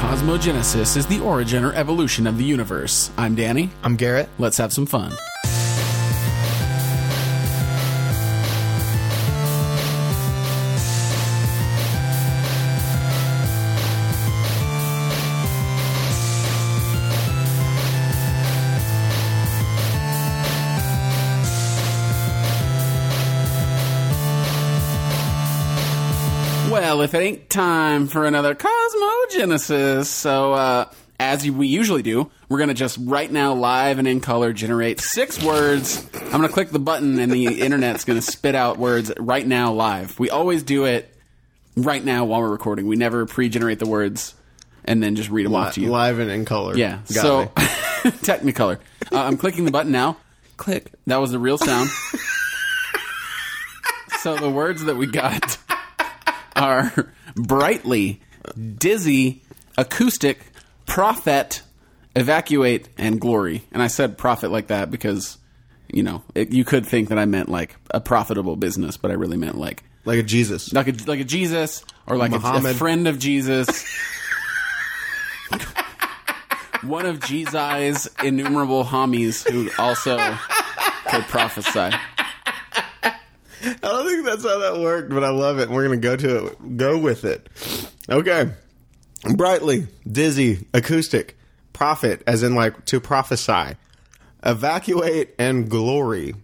Hologenesis is the origin or evolution of the universe. I'm Danny. I'm Garrett. Let's have some fun. Well, if it ain't time for another Cosmogenesis, so uh, as we usually do, we're gonna just right now, live and in color, generate six words. I'm gonna click the button, and the internet's gonna spit out words right now, live. We always do it right now while we're recording. We never pre-generate the words and then just read them off to you. Uh, Live and in color. Yeah. Got so me. Technicolor. Uh, I'm clicking the button now. Click. That was the real sound. so the words that we got are brightly, dizzy, acoustic, prophet, evacuate, and glory. And I said profit like that because you know it, you could think that I meant like a profitable business, but I really meant like like a Jesus. like a like a Jesus or like a, a Muhammad. friend of Jesus. One of Jesus' innumerable homies who also could prophesy. I don't think that's how that worked, but I love it. We're gonna go to it. Go with it. Okay. Brightly, dizzy, acoustic, prophet, as in like to prophesy, evacuate, and glory.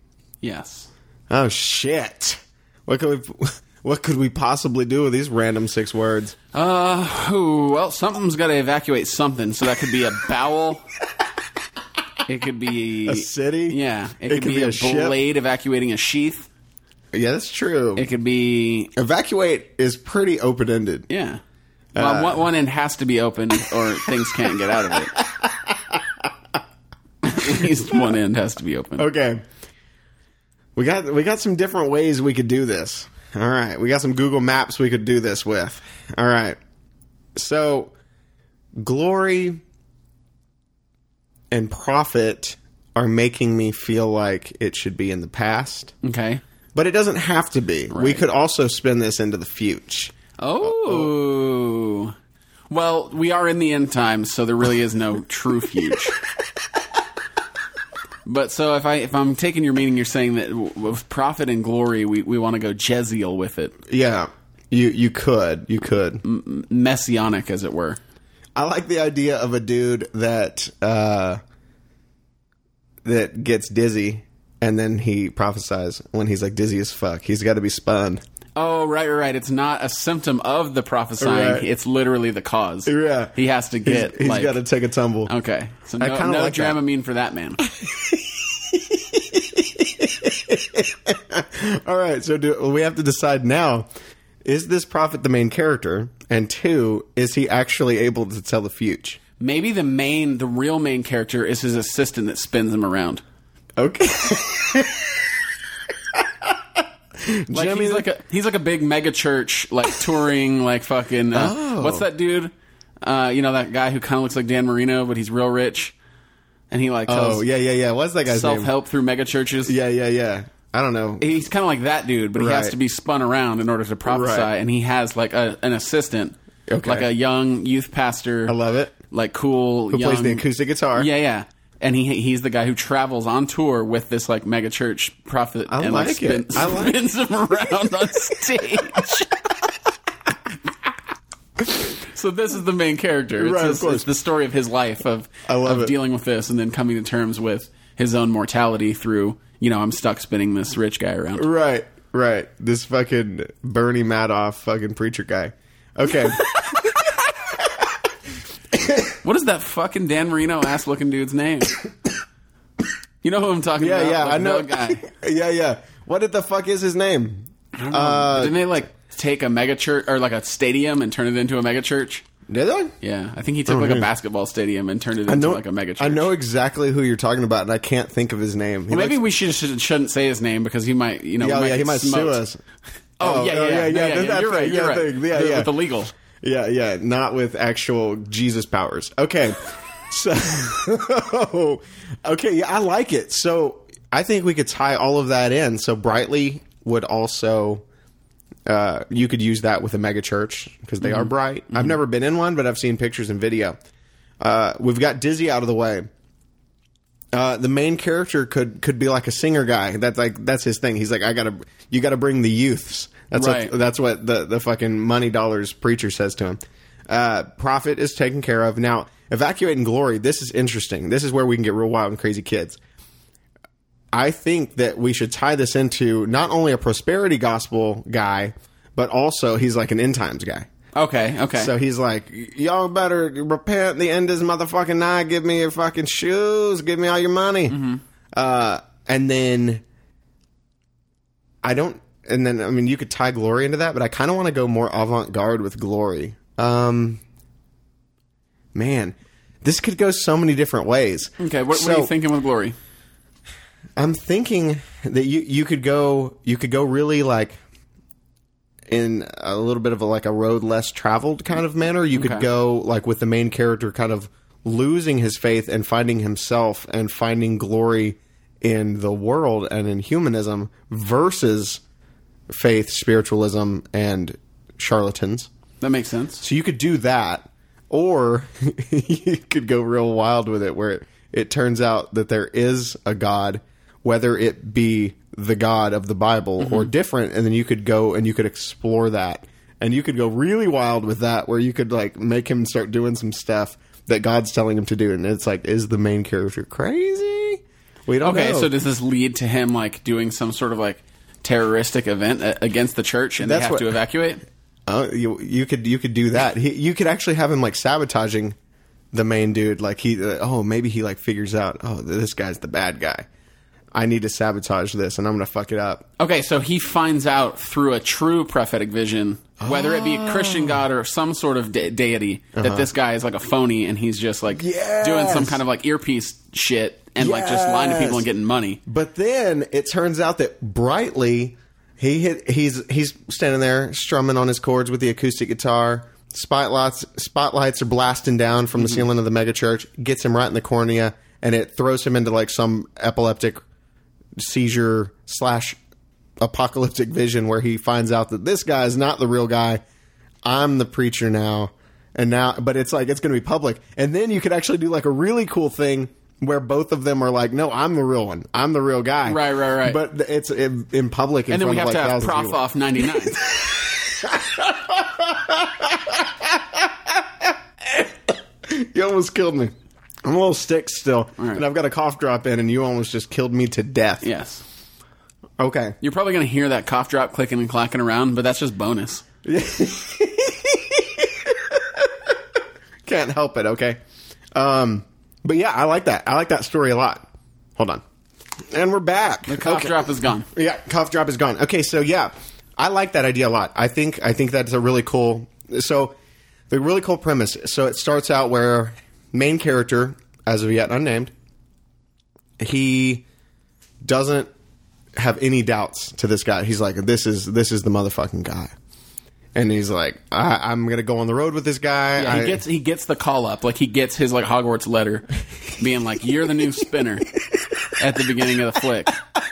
Yes. Oh shit! What could we? What could we possibly do with these random six words? Uh, who? Well, something's got to evacuate something, so that could be a bowel. It could be a city? Yeah, It it, could, could be, be a, a ship? blade evacuating a sheath. Yeah, that's true. It could be evacuate is pretty open ended. yeah. Well, Uh, one, one end has to be open, or things can't get out of it. At least one end has to be open. Okay. We got we got some different ways we could do this. All right. We got some Google Maps we could do this with. All right. So glory and profit are making me feel like it should be in the past, Okay. but it doesn't have to be. We Right. could also spin this into the future. Oh. Well, we are in the end times, so there really is no true future. but so if I if I'm taking your meaning, you're saying that w- with profit and glory, we, we want to go Jezeel with it, Yeah. You you could. You could. messianic as it were. I like the idea of a dude that uh, that gets dizzy and then he prophesies when he's like dizzy as fuck. He's got to be spun. Oh right, right, right. It's not a symptom of the prophesying; Right. it's literally the cause. Yeah. he has to He's- get he's like got to take a tumble. okay. So I no, kinda no like that. Dramamine for that man. All right, so do, we have to decide now: is this prophet the main character? And two, is he actually able to tell the future? Maybe the main, the real main character is his assistant that spins him around. Okay, Like Jimmy- he's like a he's like a big mega church like touring like fucking uh, Oh. what's that dude? Uh, you know that guy who kind of looks like Dan Marino, but he's real rich, and he like oh tells yeah, yeah, yeah. What's that guy's self name? help through mega churches. Yeah, yeah, yeah. I don't know. He's kind of like that dude, but he has Right. to be spun around in order to prophesy, Right. and he has like a, an assistant, Okay. like a young youth pastor. I love it. Like cool, Who plays the acoustic guitar? Yeah, yeah. And he he's the guy who travels on tour with this like mega church prophet I and like it. spins, I like- spins him around on stage. so this is the main character. It's Right, of his- course. It's the story of his life of I love of it. dealing with this and then coming to terms with his own mortality through you know I'm stuck spinning this rich guy around. Right, right. This fucking Bernie Madoff fucking preacher guy. Okay. What is that fucking Dan Marino ass looking dude's name? You know who I'm talking Yeah, about? yeah, Like, I know. that guy. yeah, yeah. What the fuck is his name? Uh, Um, Didn't they like take a mega church or like a stadium and turn it into a mega church? did I? Yeah, I think he took like a basketball stadium and turned it into Oh, I know like a mega church. I know exactly who you're talking about, and I can't think of his name. He Maybe looks- we should, should shouldn't say his name because he might, you know, we yeah, oh, might yeah, get he might sue smoked. us. Oh, yeah, yeah, yeah, yeah, that's that You're thing, right. You're yeah, right. thing, yeah, The- yeah. With the legal. Yeah, yeah, not with actual Jesus powers. Okay. So Okay, yeah, I like it. So I think we could tie all of that in. So Brightly would also uh, you could use that with a mega church because they are bright. I've never been in one, but I've seen pictures and video. Uh, we've got Dizzy out of the way. Uh, the main character could could be like a singer guy. That's like that's his thing. He's like, I gotta, you gotta bring the youths. That's Right. what that's what the the fucking money dollars preacher says to him. Uh, Prophet is taken care of now. Evacuate and glory. This is interesting. This is where we can get real wild and crazy kids. I think that we should tie this into not only a prosperity gospel guy, but also he's like an end times guy. Okay, okay. So he's like, y'all better repent. The end is motherfucking nigh. Give me your fucking shoes. Give me all your money. Mm-hmm. Uh, and then I don't. And then I mean, you could tie glory into that, but I kind of want to go more avant garde with glory. Um, man, this could go so many different ways. okay, what, what are So- you thinking with glory? I'm thinking that you you could go you could go really like in a little bit of a, like a road less traveled kind of manner. You could Okay. go like with the main character kind of losing his faith and finding himself and finding glory in the world and in humanism versus faith, spiritualism, and charlatans. That makes sense. So you could do that, or you could go real wild with it, where it, it turns out that there is a God, whether it be the God of the Bible Mm-hmm. or different, and then you could go and you could explore that, and you could go really wild with that, where you could like make him start doing some stuff that God's telling him to do, and it's like, is the main character crazy? We don't Okay, know. so does this lead to him like doing some sort of like terroristic event uh, against the church and That's they have what- to evacuate? Uh, you you could you could do that. He, you could actually have him like sabotaging the main dude. Like he uh, oh maybe he like figures out oh th- this guy's the bad guy. I need to sabotage this and I'm gonna fuck it up. Okay, so he finds out through a true prophetic vision, whether it be a Ah. Christian God or some sort of de- deity, that this guy is like a phony and he's just like Uh-huh. Yes. doing some kind of like earpiece shit and like just lying to people Yes. and getting money. But then it turns out that brightly he hit, he's he's standing there strumming on his chords with the acoustic guitar. Spotlights spotlights are blasting down from the ceiling of the megachurch. Gets him right in the cornea and it throws him into like some epileptic seizure slash apocalyptic vision where he finds out that this guy is not the real guy. I'm the preacher now. And now, but it's like, it's going to be public. And then you could actually do like a really cool thing where both of them are like, no, I'm the real one. I'm the real guy. Right, right, right. But th- it's in, in public. In And then we have front to of like have thousands of Prof people. Off 99. You almost killed me. I'm a little sick still. right. And I've got a cough drop in, and you almost just killed me to death. yes. Okay. You're probably going to hear that cough drop clicking and clacking around, but that's just bonus. Can't help it, okay? Um, but yeah, I like that. I like that story a lot. Hold on. And we're back. The cough Okay. drop is gone. Yeah, cough drop is gone. Okay, so yeah, I like that idea a lot. I think I think that's a really cool. So the really cool premise. So it starts out where main character, as of yet unnamed, he doesn't have any doubts to this guy. He's like, this is this is the motherfucking guy. And he's like, I, I'm gonna go on the road with this guy. Yeah, he I- gets he gets the call up, like he gets his like Hogwarts letter, being like, "You're the new spinner," at the beginning of the flick,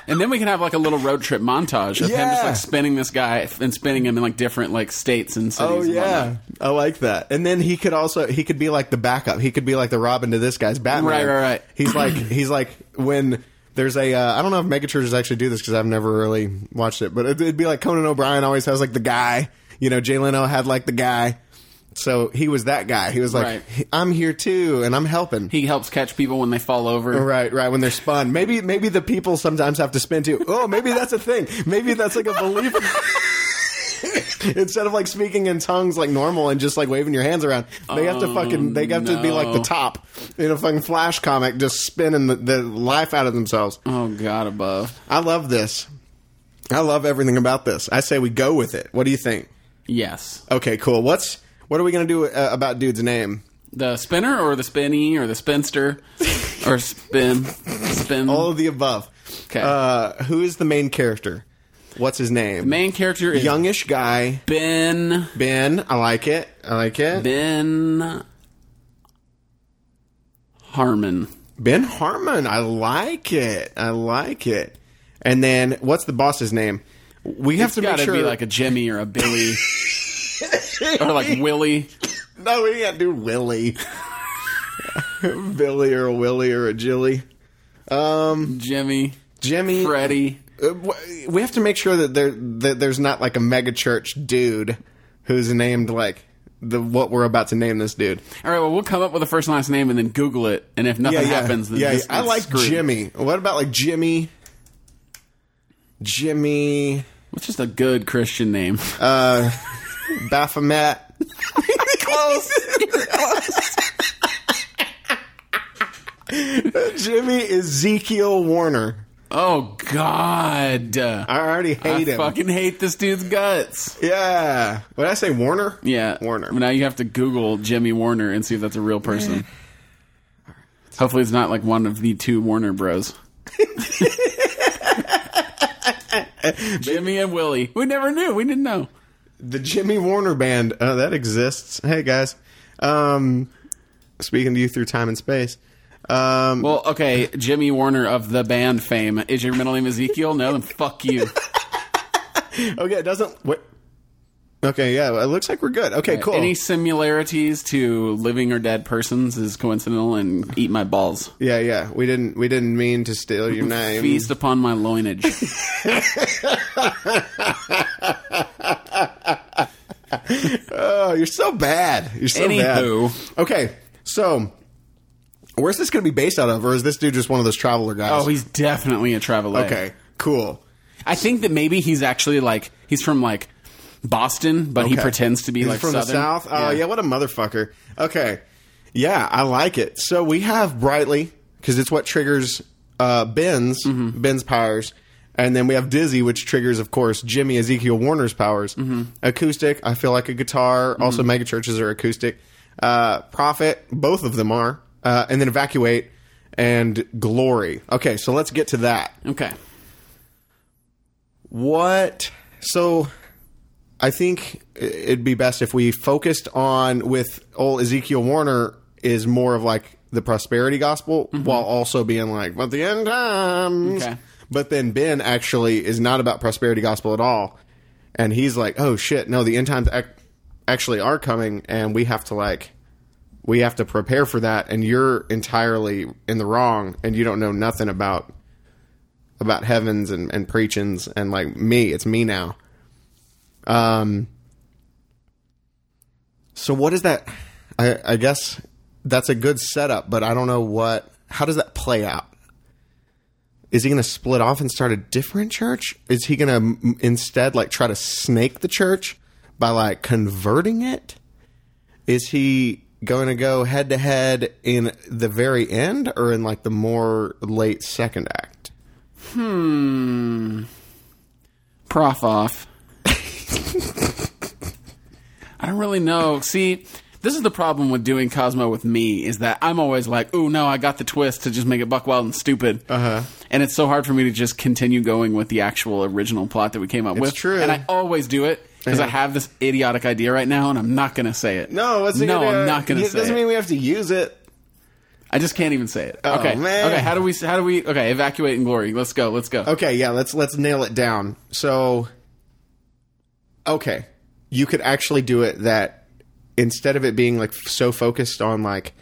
and then we can have like a little road trip montage of him just Yeah. like spinning this guy and spinning him in like different like states and cities. Oh and whatnot. yeah, I like that. And then he could also he could be like the backup. He could be like the Robin to this guy's Batman. Right, right, right. He's like he's like when there's a uh, I don't know if megachurches actually do this because I've never really watched it, but it'd, it'd be like Conan O'Brien always has like the guy. You know, Jay Leno had like the guy. So he was that guy. He was like, Right. I'm here too, and I'm helping. he helps catch people when they fall over. Right, right. When they're spun, maybe maybe the people sometimes have to spin too. Oh, maybe that's a thing. Maybe that's like a belief. Instead of like speaking in tongues like normal and just like waving your hands around, they have to fucking they have to be like the Um, no. top in a fucking flash comic, just spinning the, the life out of themselves. Oh God, above. I love this. I love everything about this. I say we go with it. What do you think? Yes, Okay, cool. What's what are we gonna do uh, about dude's name? the spinner or the spinny or the spinster or spin spin. All of the above. 'Kay. Oh, Uh, who is the main character? What's his name? Main character is youngish guy. Ben Ben, I like it. I like it. Ben, Ben Harmon. Harmon, I like it. I like it. And then what's the boss's name? We have to Got make to sure. be like a Jimmy or a Billy or like Willie. no, we got to do Willie, Billy, or a Willie, or a Jilly, Jimmy, Jimmy. Freddie. Uh, w- we have to make sure that there that there's not like a mega church dude who's named like the what we're about to name this dude. All right, well, we'll come up with a first and last name and then Google it. And if nothing happens, then yeah. this, I it's like screwed. Jimmy. What about like Jimmy? Jimmy What's just a good Christian name? Uh, Baphomet. Close. Jimmy Ezekiel Warner. Oh God! I already hate I him. fucking hate this dude's guts. yeah. What did I say? Warner. Yeah, Warner. Now you have to Google Jimmy Warner and see if that's a real person. Hopefully, it's not like one of the two Warner Bros. Jimmy and Willie. We never knew. We didn't know. The Jimmy Warner Band. Oh, that exists. Hey guys. Um, speaking to you through time and space. Um, Well, okay, Jimmy Warner of the band fame. Is your middle name Ezekiel? No, then fuck you. Okay, it doesn't. What? Okay, yeah, it looks like we're good. Okay, cool. Any similarities to living or dead persons is coincidental and eat my balls. yeah, yeah, we didn't we didn't mean to steal your name. Feast upon my loinage. Oh, you're so bad. You're so Anywho. bad. Okay, so where's this going to be based out of, or is this dude just one of those traveler guys? Oh, he's definitely a traveler. okay, cool. I think that maybe he's actually like he's from like Boston, but he Okay. pretends to be He's like from Southern. the south. Oh, yeah. what a motherfucker. Okay, yeah, I like it. So we have Brightly because it's what triggers uh, Ben's Mm-hmm. Ben's powers, and then we have Dizzy, which triggers, of course, Jimmy Ezekiel Warner's powers. Mm-hmm. Acoustic. I feel like a guitar. Also, mega churches are acoustic. Uh, Prophet. Both of them are, uh, and then evacuate and glory. Okay, so let's get to that. Okay. What? So, I think it'd be best if we focused on with old Ezekiel Warner is more of like the prosperity gospel, while also being like, but the end times. Okay. But then Ben actually is not about prosperity gospel at all, and he's like, oh shit, no, the end times ac- actually are coming, and we have to like. We have to prepare for that, and you're entirely in the wrong, and you don't know nothing about about heavens and, and preachings and like me, it's me now. Um so what is that I I guess that's a good setup, but I don't know what how does that play out? Is he going to split off and start a different church? Is he going to instead like try to snake the church by like converting it? Is he going to go head to head in the very end or in like the more late second act? Prof off. I don't really know. See, this is the problem with doing Cosmo with me is that I'm always like, "Ooh, no, I got the twist to just make it buck wild and stupid." Uh-huh. And it's so hard for me to just continue going with the actual original plot that we came up with. true. And I always do it because I have this idiotic idea right now, and I'm not going to say it. No, what's the no, idea? I'm not going to It uh, say doesn't it. mean we have to use it. I just can't even say it. okay, Oh, man. okay. How do we? How do we? Okay, evacuate in glory. Let's go. Let's go. Okay, yeah, let's let's nail it down. So, okay, you could actually do it that instead of it being like f- so focused on like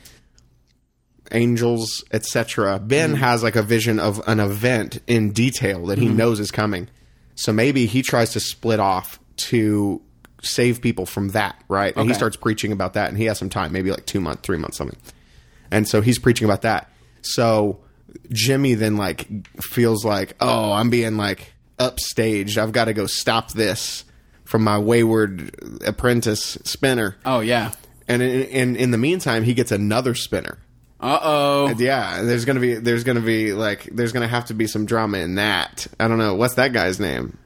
angels, etc. Ben Mm. has like a vision of an event in detail that he Mm-hmm. knows is coming. So maybe he tries to split off to save people from that, right? And he Okay. starts preaching about that, and he has some time, maybe like two months, three months, something. And so he's preaching about that. So Jimmy then like feels like, oh, I'm being like upstaged. I've got to go stop this from my wayward apprentice spinner. Oh yeah. And in, in, in the meantime, he gets another spinner. Uh oh. Yeah, there's gonna be there's gonna be like there's gonna have to be some drama in that. I don't know what's that guy's name.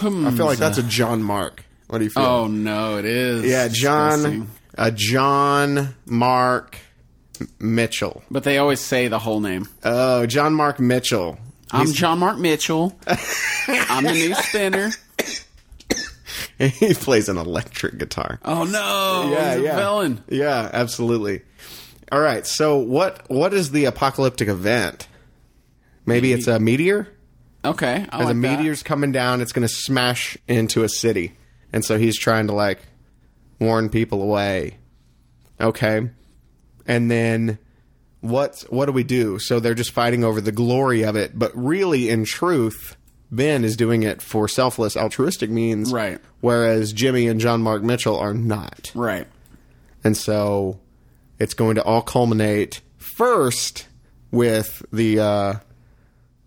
I feel like that's a John Mark. What do you feel? Hmm. Oh no, it is. yeah, John, Disgusting. a John Mark M- Mitchell. But they always say the whole name. Oh, John Mark Mitchell. I'm John Mark Mitchell. I'm the new spinner. he plays an electric guitar. Oh no, he's a villain. Yeah, absolutely. All right, so what what is the apocalyptic event? Maybe it's a meteor? Okay. I like As a that. meteor's coming down, it's going to smash into a city. And so he's trying to like warn people away. Okay. And then what what do we do? So they're just fighting over the glory of it, but really in truth, Ben is doing it for selfless altruistic means. Right. Whereas Jimmy and John Mark Mitchell are not. Right. And so it's going to all culminate first with the uh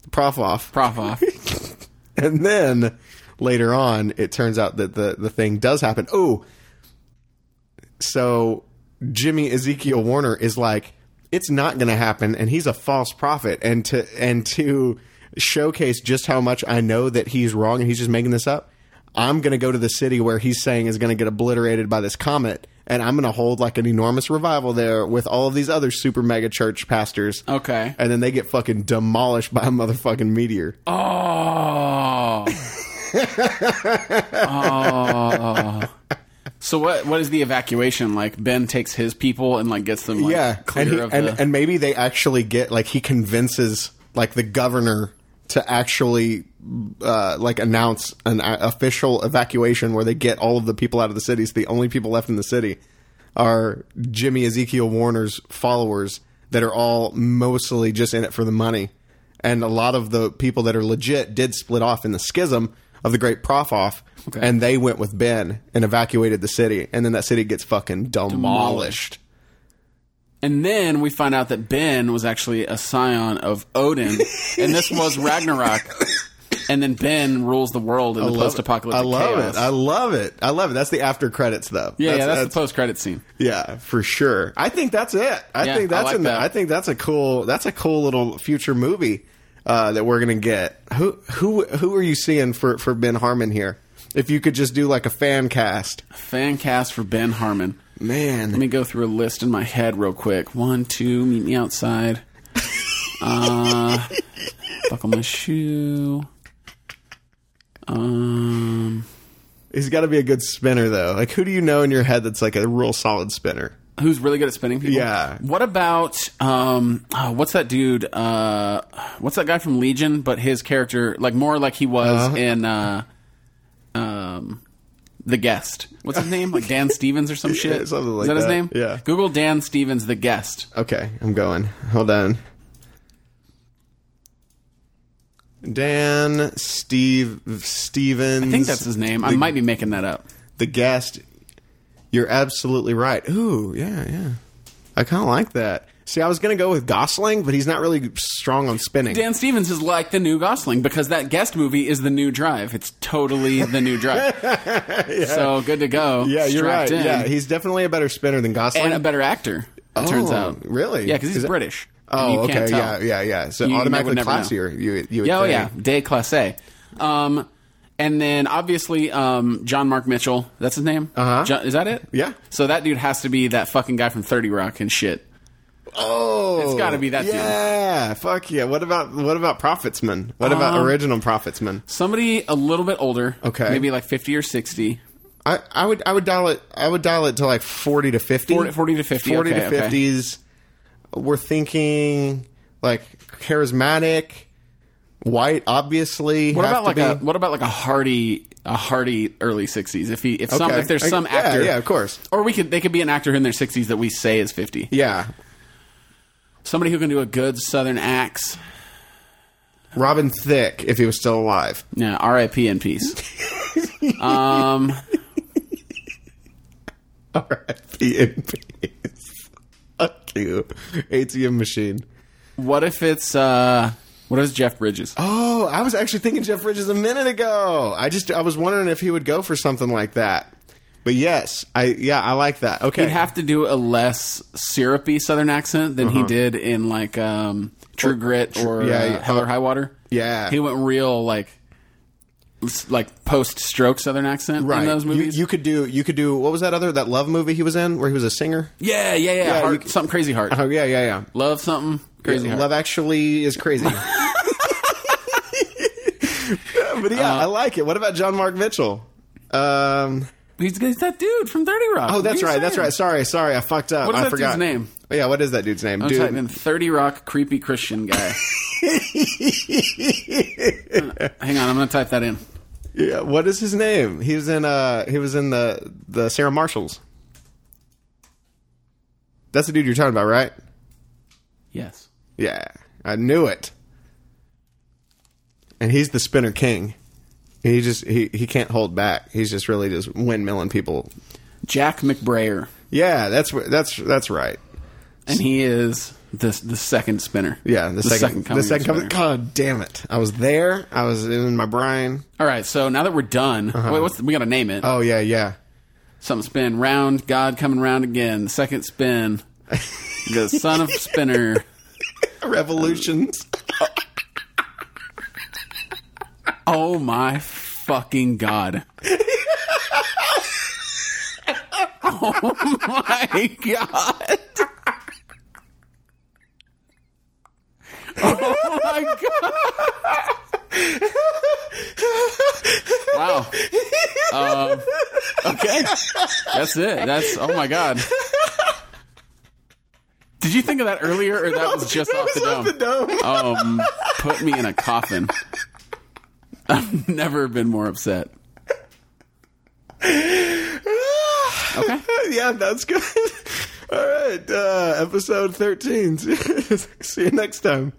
prof off Prof off. and then later on, it turns out that the, the thing does happen. Oh, so Jimmy Ezekiel Warner is like, it's not going to happen, and he's a false prophet. And to and to showcase just how much I know that he's wrong and he's just making this up, I'm going to go to the city where he's saying is going to get obliterated by this comet, and I'm going to hold like an enormous revival there with all of these other super mega church pastors. Okay. And then they get fucking demolished by a motherfucking meteor. Oh. oh. Oh. So what? What is the evacuation like? Ben takes his people and like gets them like, yeah, clear and, he- of and, the. and maybe they actually get like he convinces like the governor to actually uh, like announce an uh, official evacuation where they get all of the people out of the city. So the only people left in the city are Jimmy Ezekiel Warner's followers that are all mostly just in it for the money. And a lot of the people that are legit did split off in the schism of the Great Prof off, and they went with Ben and evacuated the city. And then that city gets fucking demolished. And then we find out that Ben was actually a scion of Odin, and this was Ragnarok. And then Ben rules the world in the love it. post-apocalyptic I love chaos. it. I love it. I love it. That's the after credits though. yeah, yeah, that's, the post-credit scene. yeah, for sure. I think that's it. I Yeah, think I that's like in the, that. I think that's a cool that's a cool little future movie uh, that we're gonna get. Who who who are you seeing for for Ben Harmon here? If you could just do like a fan cast, Fan cast for Ben Harmon. man. Let me go through a list in my head real quick. One, two, meet me outside. Uh, buckle my shoe. Um, he's got to be a good spinner though. Like who do you know in your head that's like a real solid spinner? who's really good at spinning people? Yeah. What about um, oh, what's that dude? Uh, what's that guy from Legion? But his character, like more like he Uh-huh. was in uh, um, the guest. What's his name? Like Dan Stevens or some shit. something like Is that, his that. name? Yeah. Google Dan Stevens, the guest. Okay, I'm going. Hold on. Dan Steve Stevens. I think that's his name. I might be making that up. the guest. You're absolutely right. Ooh, yeah, yeah. I kind of like that. See, I was gonna go with Gosling, but he's not really strong on spinning. Dan Stevens is like the new Gosling because that guest movie is the new Drive. It's totally the new Drive. So good to go. yeah, you're right. Strapped in. Yeah, he's definitely a better spinner than Gosling. and a better actor. It turns out, Oh, really? yeah, because he's Is it- British. and oh, you okay, can't yeah, tell. yeah, yeah. So You would automatically never know. classier. You, you would yeah, oh, think. yeah, de classe. Um, and then obviously um, John Mark Mitchell. That's his name. Uh-huh. is that it? Yeah. So that dude has to be that fucking guy from Thirty Rock and shit. Oh, It's gotta be that dude. Yeah, fuck yeah. What about what about Profitsman? What Um, about original Profitsman? Somebody a little bit older. Okay. Maybe like fifty or sixty. I, I would I would dial it I would dial it to like forty to fifty. 40 40 to 50, Forty okay, to okay. fifties. We're thinking like charismatic, white, obviously. What about like a what about like a hardy a hardy early sixties? If he if some if there's some yeah, actor, Yeah, of course. or we could they could be an actor in their sixties that we say is fifty. Yeah. Somebody who can do a good Southern axe. Robin Thicke, if he was still alive. Yeah, R.I.P. in peace. RIP. Fuck you. ATM machine. what if it's uh what if it's Jeff Bridges? Oh, I was actually thinking Jeff Bridges a minute ago. I just I was wondering if he would go for something like that. But yes, I yeah, I like that. Okay. He'd have to do a less syrupy Southern accent than he did in like um True Grit or Uh-huh. yeah, uh, yeah. Hell or High Water. yeah. he went real like s- like post stroke Southern accent right. in those You- movies. You, could do you could do what was that other that love movie he was in where he was a singer? yeah, yeah, yeah. you Heart- could- something crazy heart. Oh yeah, yeah, yeah. Love something crazy. Yeah, Heart. Love Actually is crazy. Yeah, but yeah, Uh, I like it. What about John Mark Mitchell? Um, He's, he's that dude from Thirty Rock. Oh, oh, that's right. That's right. Sorry, sorry, I fucked up. What is I that forgot dude's name? But yeah, what is that dude's name? I'm Dude, typing in 30 Rock creepy Christian guy. Uh, hang on, I'm going to type that in. yeah, what is his name? He was in uh he was in the the Sarah Marshalls. That's the dude you're talking about, right? Yes. Yeah, I knew it. And he's the spinner king. He just he he can't hold back. He's just really just windmilling people. Jack McBrayer. Yeah, that's wh- that's that's right. And he is the, the second spinner. Yeah, the, second, coming the second of coming. spinner. God damn it! I was there. I was in my brain. All right, so now that we're done, wait, what's the, we got to name it. Oh yeah, yeah. Something spin round, God coming round again. The second spin, the son of spinner. Revolutions. Oh my fucking god. oh my god. Oh my god. Wow. Um, okay. That's it. That's oh my god. Did you think of that earlier or that was just off the dome? Um, put me in a coffin. I've never been more upset. Okay. yeah, that's good. All right, uh, episode thirteen. See you next time.